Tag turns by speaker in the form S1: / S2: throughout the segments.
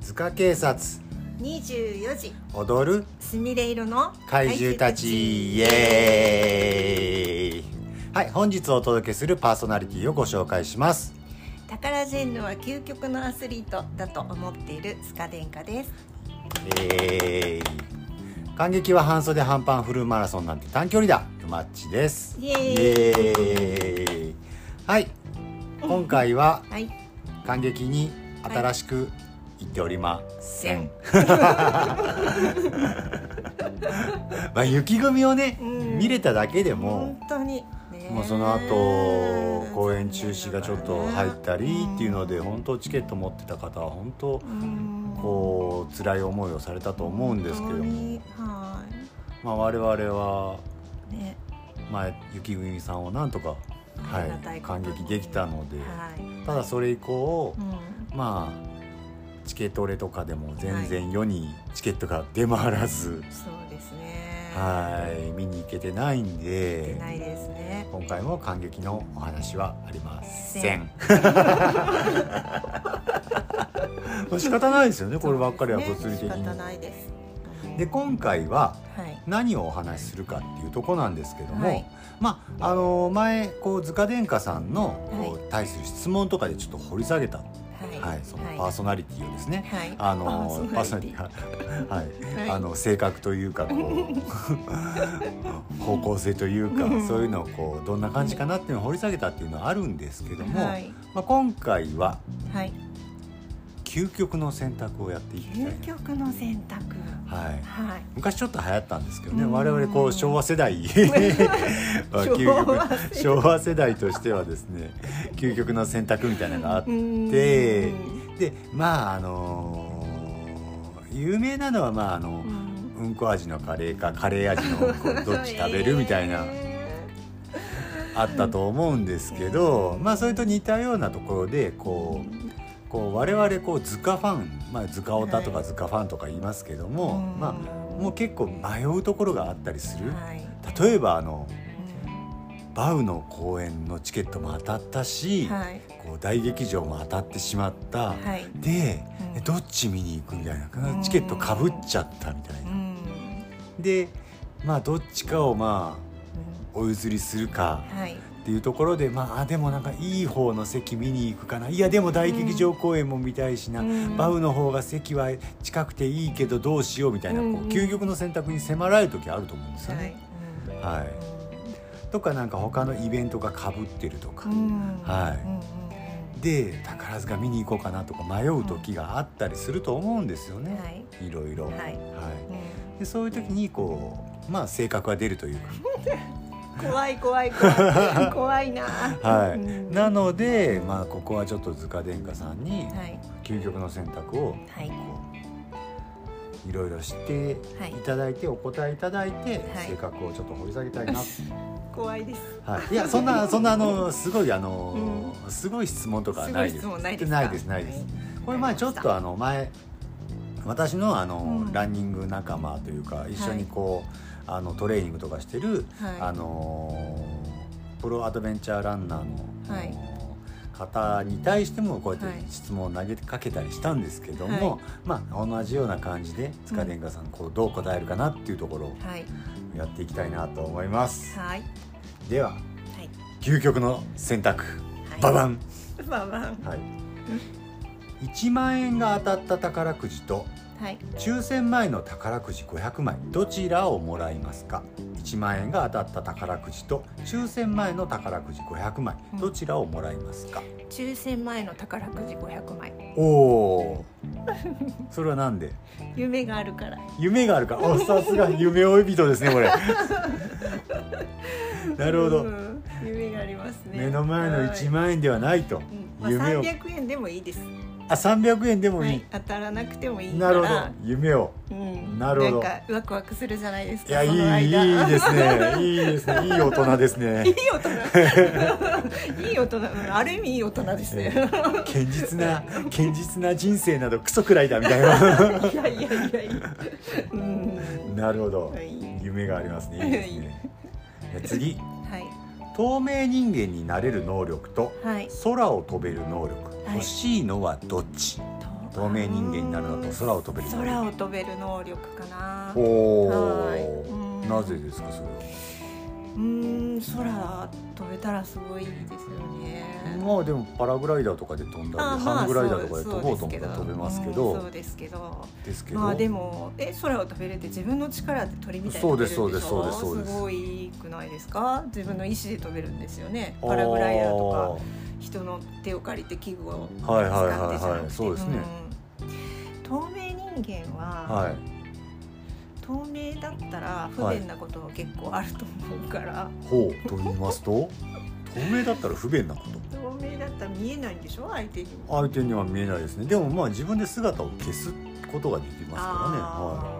S1: 塚警察
S2: 24時
S1: 踊る
S2: すみれ色の
S1: 怪獣たちイエーイはい本日お届けするパーソナリティをご紹介します
S2: タカラジェンヌは究極のアスリートだと思っているスカ殿下です
S1: えー、感激は半袖半パンフルマラソンなんて短距離だゆまっちです
S2: イエーイ
S1: エーイはい今回は
S2: はい
S1: 感激に新しく行っておりません、まあ雪組をね、
S2: うん
S1: 見れただけでも
S2: 本、当にね
S1: もうその後公演中止がちょっと入ったりっていうので本当チケット持ってた方は本当
S2: うん
S1: こう辛い思いをされたと思うんですけど
S2: 本当
S1: も、
S2: には
S1: まあ、我々は
S2: いね
S1: 前雪組さんをなんとか、
S2: ありが
S1: は
S2: た
S1: い、
S2: いこと
S1: 感
S2: に
S1: 激できたので、
S2: はい
S1: ただそれ以降
S2: う、ん
S1: まあチケトレとかでも全然世にチケットが出回らず、
S2: そうですね
S1: はい、見に行けてないん
S2: 出
S1: で
S2: ないですね
S1: 今回も感激のお話はありませ
S2: せ
S1: ん
S2: ん。
S1: まあ仕方ないですよねこればっかりは物理的
S2: そうですね仕方
S1: に。
S2: ないです
S1: で今回は
S2: はい
S1: 何をお話しするかっていうとこなんですけども、
S2: はい
S1: まああの前こう塚殿下さんのこ
S2: は
S1: う対する質問とかでちょっと掘り下げた、は
S2: はいい
S1: そのパーソナリティをですね、
S2: はい
S1: あのパ
S2: パ
S1: ー
S2: ー
S1: ソ
S2: ソ
S1: ナ
S2: ナ
S1: リ
S2: リ
S1: テ
S2: テ
S1: ィはい、
S2: はい
S1: あの性格というか こう方向性というか
S2: うん
S1: そういうのをこうどんな感じかなっていうのを掘り下げたっていうのはあるんですけども、
S2: はい
S1: まあ、今回は
S2: はい
S1: 究極の選択をやっていきたい
S2: 究極の選択
S1: な、はい、
S2: はい
S1: 昔ちょっと流行ったんですけどね
S2: うん
S1: 我々こう昭和世代究極
S2: 昭和世代
S1: 昭和世代としてはですね究極の選択みたいなのがあって
S2: で
S1: でまああのー有名なのはまああのうんこ味のカレーかカレー味のうんこどっち食べるみた いなあったと思うんですけどまあそれと似たようなところでこうこう我々こう図鑑ファンまあ図鑑オタとか
S2: はい
S1: 図鑑ファンとか言いますけどもまあ
S2: あ
S1: もう結構迷うところがあったりする、
S2: はい
S1: 例えばあのバウの公演のチケットも当たったし、
S2: はい
S1: こう大劇場も当たってしまった、
S2: はい
S1: で
S2: うん
S1: どっち見に行くみたいな、
S2: うん
S1: チケットかぶっちゃったみたいうな、
S2: ん
S1: でまあどっちかをまあお譲りするか
S2: はい
S1: っていうところでまああでもなんかいい方の席見に行くかないやでも大劇場公演も見たいしな、
S2: うん
S1: バウの方が席は近くていいけどどうしようみたいな、
S2: うん
S1: こう究極の選択に迫られる時あると思うんですよ
S2: は
S1: ね。
S2: い
S1: はい、とかなんか他のイベントがかぶってるとか、
S2: うん
S1: はい
S2: うんうん
S1: で宝塚見に行こうかなとか迷う時があったりすると思うんですよ
S2: うん
S1: ね、
S2: はい
S1: い、ろいろ。
S2: はい
S1: は
S2: う
S1: い、でそういう時にこうまあ性格が出るという
S2: うん怖い怖い 怖い怖いな
S1: か、はい
S2: うん
S1: なので、まあ、ここはちょっと塚殿下さんに
S2: はい
S1: 究極の選択を
S2: はい
S1: こういろいろ知っていただいて、お答えいただいて、
S2: はい
S1: 性格をちょっと掘り下げたい なって
S2: 怖いです
S1: はい、いやそんなそんなあのすごいあの、すごい質問とかはないです
S2: すごい質問ないですか
S1: ないですないですこれ前ちょっとあの前私のあの、
S2: うん
S1: ランニング仲間というか一緒にこう、あのトレーニングとかしてる、
S2: はい
S1: あのプロアドベンチャーランナーの、
S2: は
S1: あ
S2: い
S1: の方に対してもこうやっ
S2: はい
S1: て質問を投げかけたりしたんですけども、
S2: はい
S1: まあ同じような感じで塚殿下さんこうどう答えるかなっていうところを
S2: はい
S1: やっていきたいなと思います。
S2: はい
S1: では
S2: はい
S1: 究極の選択
S2: はい
S1: ババン、
S2: ババン
S1: はい、1万円が当たった宝くじと
S2: はい
S1: 抽選前の宝くじ500枚どちらをもらいますか1万円が当たった宝くじと抽選前の宝くじ500枚
S2: うん
S1: どちらをもらいますか、
S2: 抽選前の宝くじ500枚
S1: おおそれはなんで
S2: 夢があるから
S1: 夢があるからおさすが夢追い人ですね これなるほど、
S2: うん夢がありますね
S1: 目の前の1万円ではないと、
S2: はいうんまあ、
S1: 夢を
S2: 300円でもいいです、
S1: あ300円でもい、
S2: はいい、当たらなくてもいいか
S1: な
S2: ら
S1: るほど夢を
S2: うん、
S1: なるほど
S2: なんかワクワクするじゃないですか
S1: いやいい
S2: そ
S1: い
S2: の間
S1: いですねいいですねいい大人ですね
S2: いい大人 いい大人うんある意味いい大人で すね
S1: 堅実な堅実な人生などクソくらいだみたいな
S2: いやいやいやいやうん
S1: なるほど
S2: はい
S1: 夢がありますねいいですねいや次
S2: はい
S1: 透明人間になれる能力と
S2: はい
S1: 空を飛べる能力
S2: はい
S1: 欲しいのはどっち、
S2: と
S1: 透明人間になるのと空を飛べる能力
S2: 空を飛べる能力かなう
S1: お
S2: はい
S1: ー
S2: うん
S1: なぜですかそれは
S2: ーん空飛べたらすごいですよね
S1: まあでもパラグライダーとかで飛んだり、
S2: あまあ
S1: ハングライダーとかで
S2: そう
S1: 飛ぼうと思ったら飛べますけど、
S2: うんそうですけど
S1: ですけど、
S2: まあでもえ空を飛べるって自分の力で鳥みたいに
S1: そう
S2: 飛べ
S1: で
S2: るん
S1: す
S2: でしょ
S1: そうですそうですそうです
S2: すごいくないですか自分の意思で飛べるんですよねパラグライダーとか人の手を借りて器具を
S1: あーはいはい
S2: 使ってじゃ
S1: はい
S2: な
S1: は
S2: く
S1: い
S2: て
S1: そうですね、
S2: うん透明人間は、
S1: はい
S2: 透明だったら不便なことも結構あると思うから、
S1: ほうと言い ますと透明だったら不便なこと
S2: 透明だったら見えないんでしょ相手にも
S1: 相手には見えないですねでもまあ自分で姿を消すことができますか
S2: あ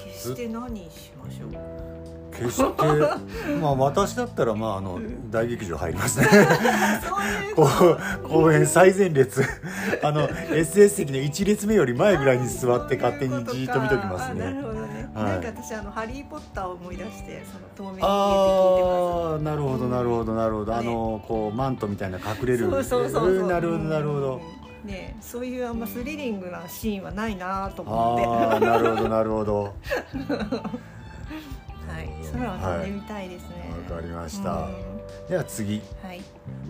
S2: ー決して何しましょう
S1: らね、はい、決 してまあ私だったらまああの
S2: うん
S1: 大劇場入りますね
S2: そういう
S1: こ
S2: こ
S1: う公演最前列 あの SS 席の1列目より前ぐらいに座って勝手にじーっと見ときます
S2: あなる
S1: ね
S2: ほどね、
S1: はい
S2: なんか私あのハリーポッターを思い出してその透明人間って聞いてます
S1: ああーなるほどなるほどなるほどあのこうマントみたいな隠れる
S2: そうそうそうそう
S1: なるほどなるほど、
S2: うんねそういうあんまスリリングなシーンはないなと思って
S1: ああなるほどなるほど
S2: はい空を飛んでみたいですね
S1: はいわかりました
S2: うん
S1: では次
S2: はい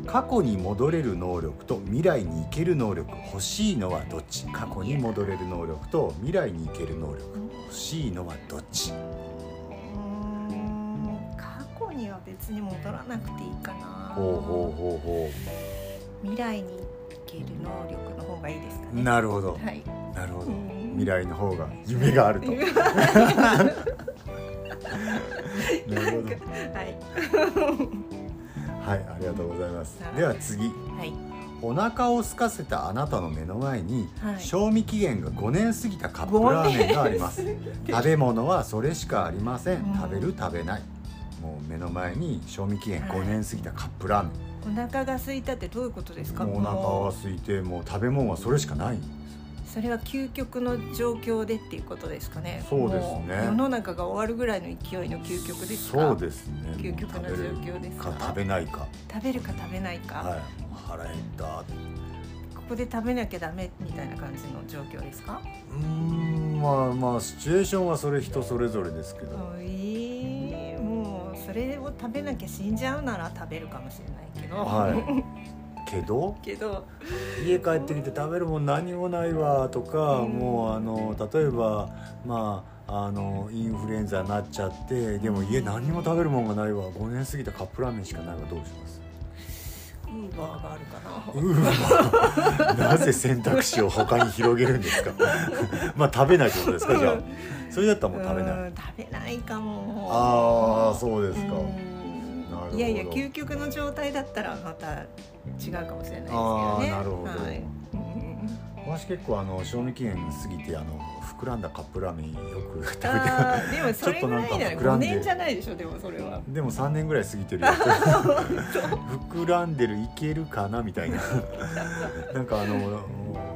S1: 過去に戻れる能力と未来に行ける能力欲しいのはどっち過去に戻れる能力と未来に行ける能力
S2: うん
S1: 欲しいのはどっち
S2: 過去には別に戻らなくていいかな
S1: ほうほうほうほ
S2: 未来に行ける能力の方がいいですか
S1: う
S2: ね
S1: なるほど
S2: はい
S1: なるほど
S2: うん
S1: 未来の方が 夢があるとな
S2: な
S1: る
S2: ん
S1: ほ
S2: か
S1: ど
S2: はい
S1: はいありがとうございます
S2: はい
S1: では次
S2: はい
S1: お腹を空かせたあなたの目の前に、
S2: はい
S1: 賞味期限が5年過ぎたカップラーメンがあります食べ物はそれしかありません、
S2: うん
S1: 食べる食べないもう目の前に賞味期限
S2: はい
S1: 5年過ぎたカップラーメン、
S2: お腹が空いたってどういうことですか
S1: もうお腹
S2: も
S1: は
S2: う
S1: 空いてもう食べ物はそれしかない
S2: それは究極の状況でっていうことですかね
S1: そうですね
S2: も世の中が終わるぐらいの勢いの究極ですか
S1: そうですね
S2: 究極の
S1: もう食べる
S2: 状況ですか
S1: か食べないか
S2: 食べるか食べないか、
S1: はいもう腹減ったう
S2: ここで食べなきゃダメみたいな感じの状況ですか
S1: ーんまあまあシチュエーションはそれ人それぞれですけど、
S2: おいもうそれを食べなきゃ死んじゃうなら食べるかもしれないけど、
S1: はいけど
S2: けど
S1: 家帰ってきて食べるもん何もないわとか、
S2: うん
S1: もうあの例えばまああのインフルエンザになっちゃってでも家何も食べるもんがないわ5年過ぎたカップラーメンしかないわどうし ます
S2: ウーバーがあるか
S1: う
S2: な
S1: ーわ なぜ選択肢を他に広げるんですか まあ食べないってことですかじゃあそれだったらもう食べない
S2: うん食べないかも
S1: ああそうですか
S2: うん
S1: なるほど
S2: いやいや究極の状態だったらまた違うかもしれないですけどね
S1: あーなるほど
S2: はいうん
S1: 私結構あの賞味期限過ぎてあの膨らんだカップラーメンよく食べて
S2: あーでもそれぐらいじゃ
S1: ちょっと
S2: ない
S1: なんか膨ら
S2: 5
S1: んで
S2: 年じゃないでしょでもそれは
S1: でも3年ぐらい過ぎて るよ膨らんでるいけるかなみたいななんかあの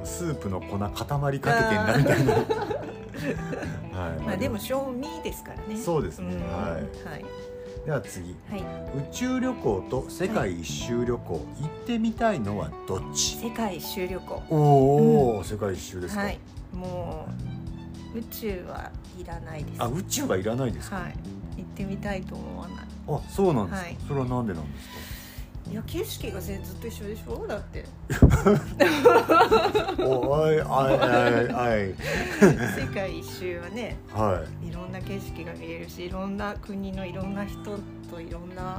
S1: スープの粉固まりかけてんなみたいなはい、
S2: まあでも賞味ですからね
S1: そうですね
S2: ん
S1: は
S2: はい
S1: では次宇
S2: はい
S1: 宙旅行と世界一周旅行、行ってみたいのはどっち
S2: 世界一周旅行
S1: おお、世界一周ですか、
S2: はいもう宇宙はいらないです
S1: あ宇宙はいらないですか、
S2: はい行ってみたいと思わない
S1: あそうなんですか、
S2: はい
S1: それはなんでなんです
S2: いや景色がぜずっと一緒でしょだ って
S1: かおいあいあいあい
S2: 世界一周はね
S1: はい
S2: いろんな景色が見えるしいろんな国のいろんな人といろんな
S1: ああ、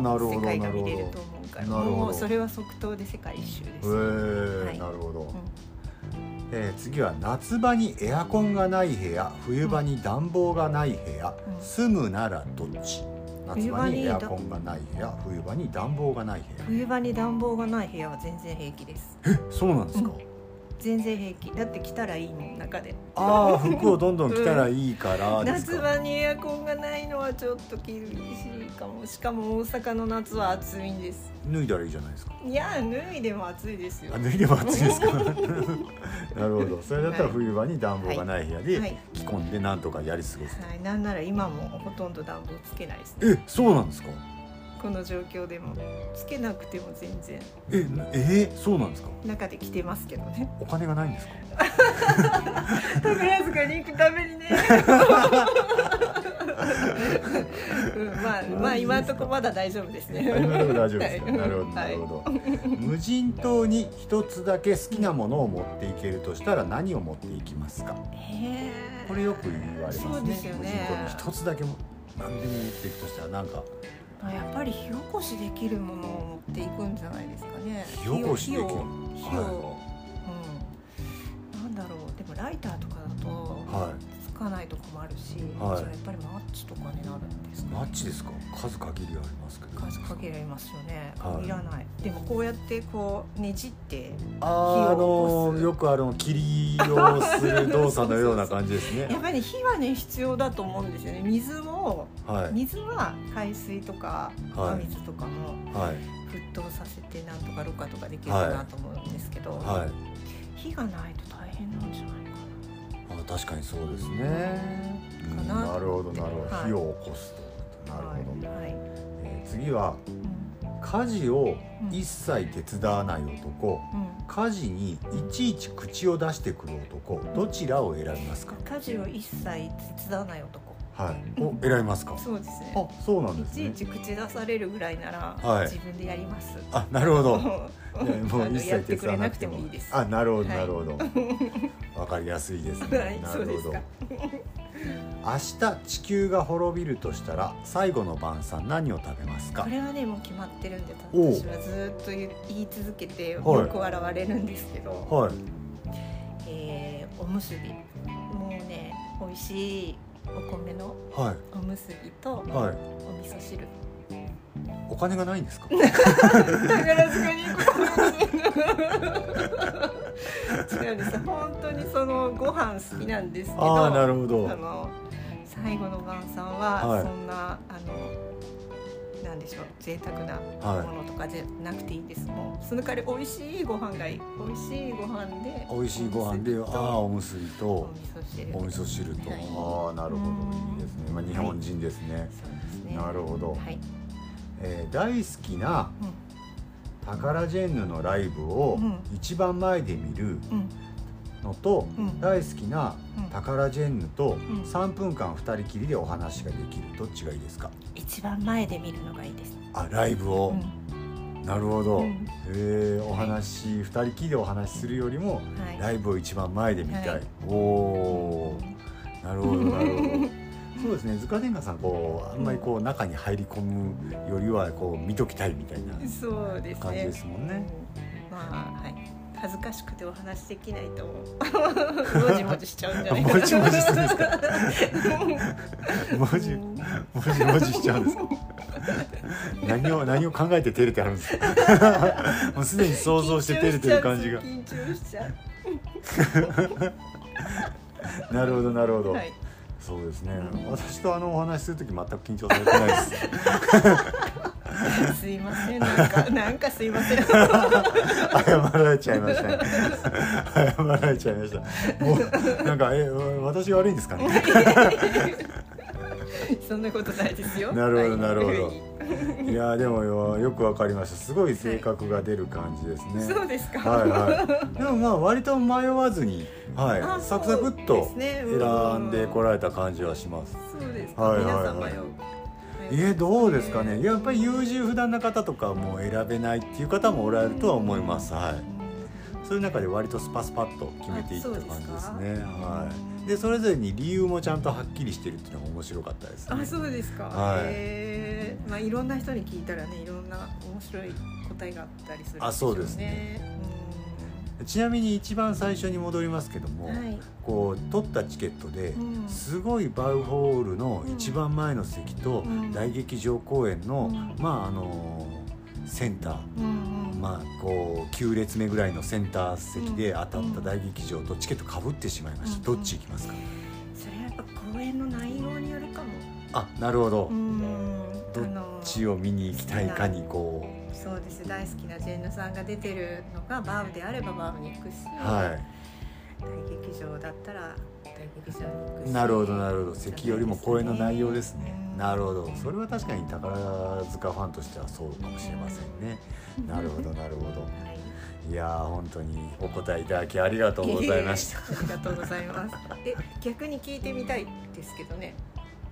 S1: なるほど
S2: 世界が
S1: なる
S2: 見
S1: ほ
S2: れる
S1: ど
S2: と思うから
S1: なるほど
S2: もうそれは即答で世界一周で
S1: へえ
S2: す、うんはい
S1: なるほど、えー次は夏場にエアコンがない部屋冬場に暖房がない部屋、
S2: うん
S1: 住むならどっち夏
S2: 冬
S1: 場
S2: 場
S1: に
S2: に
S1: エアコンがない部屋冬場に暖房がない部屋
S2: 冬場に暖房がない部屋は全然平気です
S1: そうなんですか、
S2: う全然平気だって来たらいいもん中で
S1: あ あ服をどんどん着たらいいからです
S2: 夏
S1: か、
S2: 場にエアコンがないのはちょっと厳しいかもしかも大阪の夏は暑いんです
S1: 脱いだらいいじゃないですか
S2: いや脱いでも暑いですよ
S1: あ脱いでも暑いです かなるほどそれだったら冬場に暖房がない部屋
S2: は
S1: で
S2: い
S1: 着込んでなんとかやり過ごす、
S2: はい、なんなら今もほとんど暖房つけないですね
S1: えそうなんですか
S2: ここの状況でもつけなくても全然
S1: ええーそうなんですか
S2: 中で着てますけど ね
S1: お金がないんですか
S2: 宝塚に行くため にね、うん、まあまあ今のところまだ大丈夫ですね
S1: 今のところ大丈夫ですか、
S2: はい
S1: なるほどなるほど、無人島に一つだけ好きなものを持っていけるとしたら何を持っていきますか
S2: へー
S1: これよく言われますね
S2: そうですよね
S1: 無人島に一つだけも何でも持っていくとしたらなんか
S2: あやっぱり火起こしできるものを持っていくんじゃないですかね
S1: 火起こしできる
S2: 火を火を、
S1: は
S2: うん、なんだろうでもライターとかだと
S1: は
S2: つかないとこもあるし、
S1: はい
S2: じゃあやっぱりマッチとかになるんです
S1: い
S2: か
S1: マッチですか数限りありますけど
S2: 数かけられますよね、
S1: はい
S2: い、らないでもこうやってこうねじって
S1: あーあ
S2: 火を起こ
S1: の
S2: す
S1: よくあの霧をする動作のような感じですね
S2: やっぱりね火はね必要だと思うんですよね水も
S1: はい
S2: 水は海水とか
S1: はい
S2: 雨水とかも
S1: はい
S2: 沸騰させてなんとかろ過とかできるかなと思うんですけど、
S1: はい
S2: 火がないと大変なんじゃないか
S1: あ確かにそうですね、
S2: か
S1: うん
S2: な
S1: なるほどなるほど、
S2: はい
S1: 火を起こすとな
S2: な
S1: るほど、
S2: はい、はい
S1: えー次は
S2: うん
S1: 家事を
S2: うん
S1: 一切手伝わない男
S2: うん
S1: 家事にいちいち口を出してくる男どちらを選びますか
S2: 家事を一切手伝わない男
S1: はいを選びますか
S2: そうですね
S1: あそうなん
S2: い
S1: です
S2: ちい
S1: ね
S2: ち口出されるぐらいなら、
S1: はい
S2: 自分でやります
S1: あなるほ ど
S2: あ
S1: いやもう
S2: の
S1: 一
S2: やっ
S1: 切手
S2: てく
S1: 伝わ
S2: れ
S1: な
S2: な
S1: く
S2: く
S1: て
S2: て
S1: も
S2: もいいです
S1: あなるほど
S2: はい
S1: なるほ どわかりやすいです
S2: は
S1: ね
S2: い
S1: な
S2: そ
S1: る
S2: うで
S1: ほ
S2: す
S1: ど
S2: か
S1: 明日地球が滅びるとしたら最後の晩餐何を食べますか
S2: これはねもう決まってるんで
S1: おう
S2: 私はずっと言い続けてよ
S1: はい
S2: く笑われるんですけど、
S1: はい
S2: えーおむすびもうね美味しいお米の
S1: は
S2: おむすびと
S1: いはい
S2: お味 噌汁
S1: お金がないんですか
S2: 宝塚に行くこと違うん です本当にそのご飯好きなんですけど
S1: ああなるほ
S2: あ
S1: ど
S2: の最後の晩餐
S1: は
S2: はいそんな、あのなんでしょう贅沢な
S1: は
S2: ものとかじゃなくていいんです、もうその代わり美味しいご飯がいい美味しいご飯で
S1: い美味しいご飯であ
S2: お
S1: あーおむすびと
S2: 味噌汁
S1: お味噌汁と、
S2: はい
S1: ああなるほどいいですね、まあ、日本人ですね、
S2: そうですね
S1: なるほど、
S2: はい、
S1: えー大好きな
S2: うん
S1: タカラジェンヌのライブを
S2: う
S1: 一番前で見る
S2: うん
S1: のと、
S2: うん
S1: 大好きな
S2: うん
S1: タカラジェンヌと
S2: ん
S1: 3分間2人きりでお話ができるどっちがいいですか
S2: 一番前で見るのがいいです。
S1: あライブを、
S2: うん
S1: なるほど、
S2: うん
S1: えーお話2人きりでお話しするよりも
S2: はい。
S1: ライブを一番前で見たい、
S2: はい
S1: おおーなるほどなるほど そうですね塚天下さんこうあんまりこう中に入り込むよりはこう見ときたいみたいな
S2: そうですね。
S1: 感じですもんね
S2: うん。まあはい。恥ずかしくてお話できないと思う。 もじもじしちゃうんじゃないかな。
S1: もじもじするんですか 文字
S2: うん
S1: 文字文字しちゃうんですか何を何を考えて照れてあるんですか もうすでに想像して照れてる感じが
S2: 緊張しちゃう。
S1: なるほどなるほど、
S2: はい。
S1: そうですね、
S2: うん
S1: 私とあのお話しする時全く緊張されてないです
S2: すいません。なん かなんかすいません。
S1: 謝られちゃいましたね謝られちゃいましたもうなんかえ私が悪いんですかね
S2: そんなことないですよ。
S1: なるほど
S2: はい
S1: なるほどいやーでもよよくわかりましたすごい性格が出る感じですね、
S2: そうですか。
S1: はい はい、でもまあ割と迷わずに、は
S2: あ
S1: い、サクサクっと
S2: そうですねうん
S1: 選んでこられた感じはします。
S2: そうですか。
S1: はいはい
S2: 皆
S1: はい
S2: さん迷う。
S1: えどうですかね
S2: うん
S1: やっぱり優柔不断な方とかも選べないっていう方もおられるとは思います、はい、そういう中で割とスパスパッと決めていった感じですね
S2: あそうですか
S1: はい、でそれぞれに理由もちゃんとはっきりしてるっていうのが面白かったですね
S2: あそうですか、
S1: はい
S2: えまあ、いろんな人に聞いたらねいろんな面白い答えがあったりするん
S1: あそうです
S2: ね
S1: ちなみに一番最初に戻りますけど
S2: う
S1: も、
S2: んはい
S1: こう取ったチケットで、
S2: うん
S1: すごいバウホールの一番前の席と
S2: うん
S1: 大劇場公演の、
S2: うん
S1: まああのセンター
S2: うんうん
S1: まあこう9列目ぐらいのセンター席で当た
S2: う
S1: っ
S2: ん
S1: た大劇場とチケットかぶってしまいました、
S2: うん
S1: どっち行きますか
S2: それはやっぱ公演の内容によるかも
S1: あなるほど、
S2: うん
S1: ど
S2: あの
S1: っちを見に行きたいかにこ
S2: そうです大好きなジェンヌさんが出てるのがバウであればバウに行くし、
S1: うはい
S2: 大劇場だったら
S3: 外国産に行くし
S1: なるほどなるほど関よりも公演の内容ですね
S3: うん
S1: なるほどそれは確かに宝塚ファンとしてはそうかもしれませんねなるほどなるほど
S3: はい
S1: いやー本当にお答えいただきありがとうございま した
S2: た。ありがとうございます。え、逆に聞いてみたいですけどね。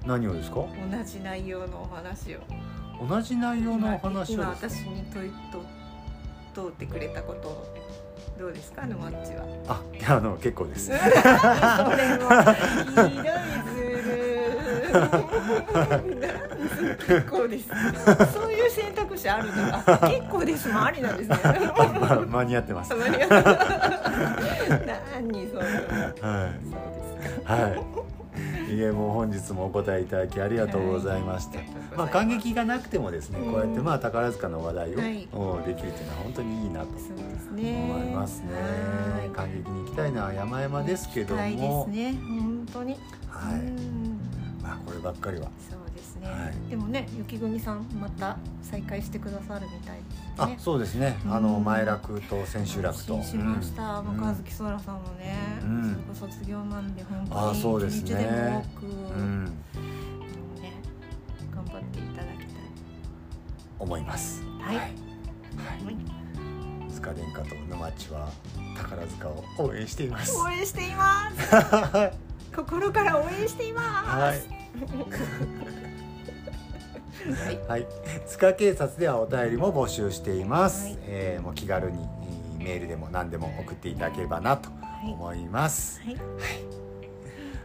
S1: 何をですか
S2: 同じ内容のお話を。
S1: 同じ内容のお話を
S2: 今
S1: です
S2: 私
S1: か
S2: に問いと通ってくれたことをどうですか、のマッチは。
S1: あいやあの結構 です
S2: それもひどいずる。結構です。そういう選択肢あるんだ。あ結構ですもありなんですね。
S1: あま間に合ってます
S2: た
S1: は
S2: ま には。何それ。
S1: い
S2: そうですか。
S1: はいいえもう本日もお答えいただきありがとうございました、まあ、感激がなくてもですね
S2: うん
S1: こうやってまあ宝塚の話題を、
S2: はい
S1: おできるっていうのは本当にいいなと
S2: そうですね。
S1: 思いますね
S2: はい
S1: 感激に行きたいのは山々ですけども
S2: 期待ですね。本当に。
S1: は
S2: う
S1: い
S2: ん
S1: まあ、こればっかりは
S2: そうですね。
S1: はい
S2: でもね、雪国さんまた再開してくださるみたいです
S1: あ
S2: ね。
S1: そうですね、
S2: うん
S1: あの前楽と千秋楽と
S2: 安心しました。
S1: うん
S2: 若月そらさんもね、
S1: うん
S2: それこそ卒業なんで本
S1: あーそ
S2: 当
S1: う
S2: に
S1: です
S2: 一
S1: ね
S2: 日でも多く、
S1: うんうん
S2: ね、頑張っていただき
S1: 思います
S2: たい。はい。
S1: はい
S2: はい
S1: 塚殿下と沼地は宝塚を応援しています
S2: 応援しています。
S1: は
S2: 心から応援してい ます。
S1: い、はい、塚警察ではお便りも募集しています、
S2: はい
S1: えーもう気軽にえーメールでも何でも送っていただければなと思います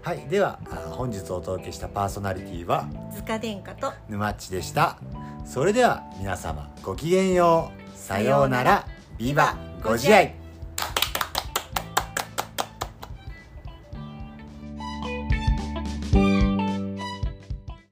S2: はい。
S1: はい、ではあー本日お届けしたパーソナリティは
S2: 塚殿下と。
S1: 沼っちでしたそれでは皆様ごきげんようさようならビバご自愛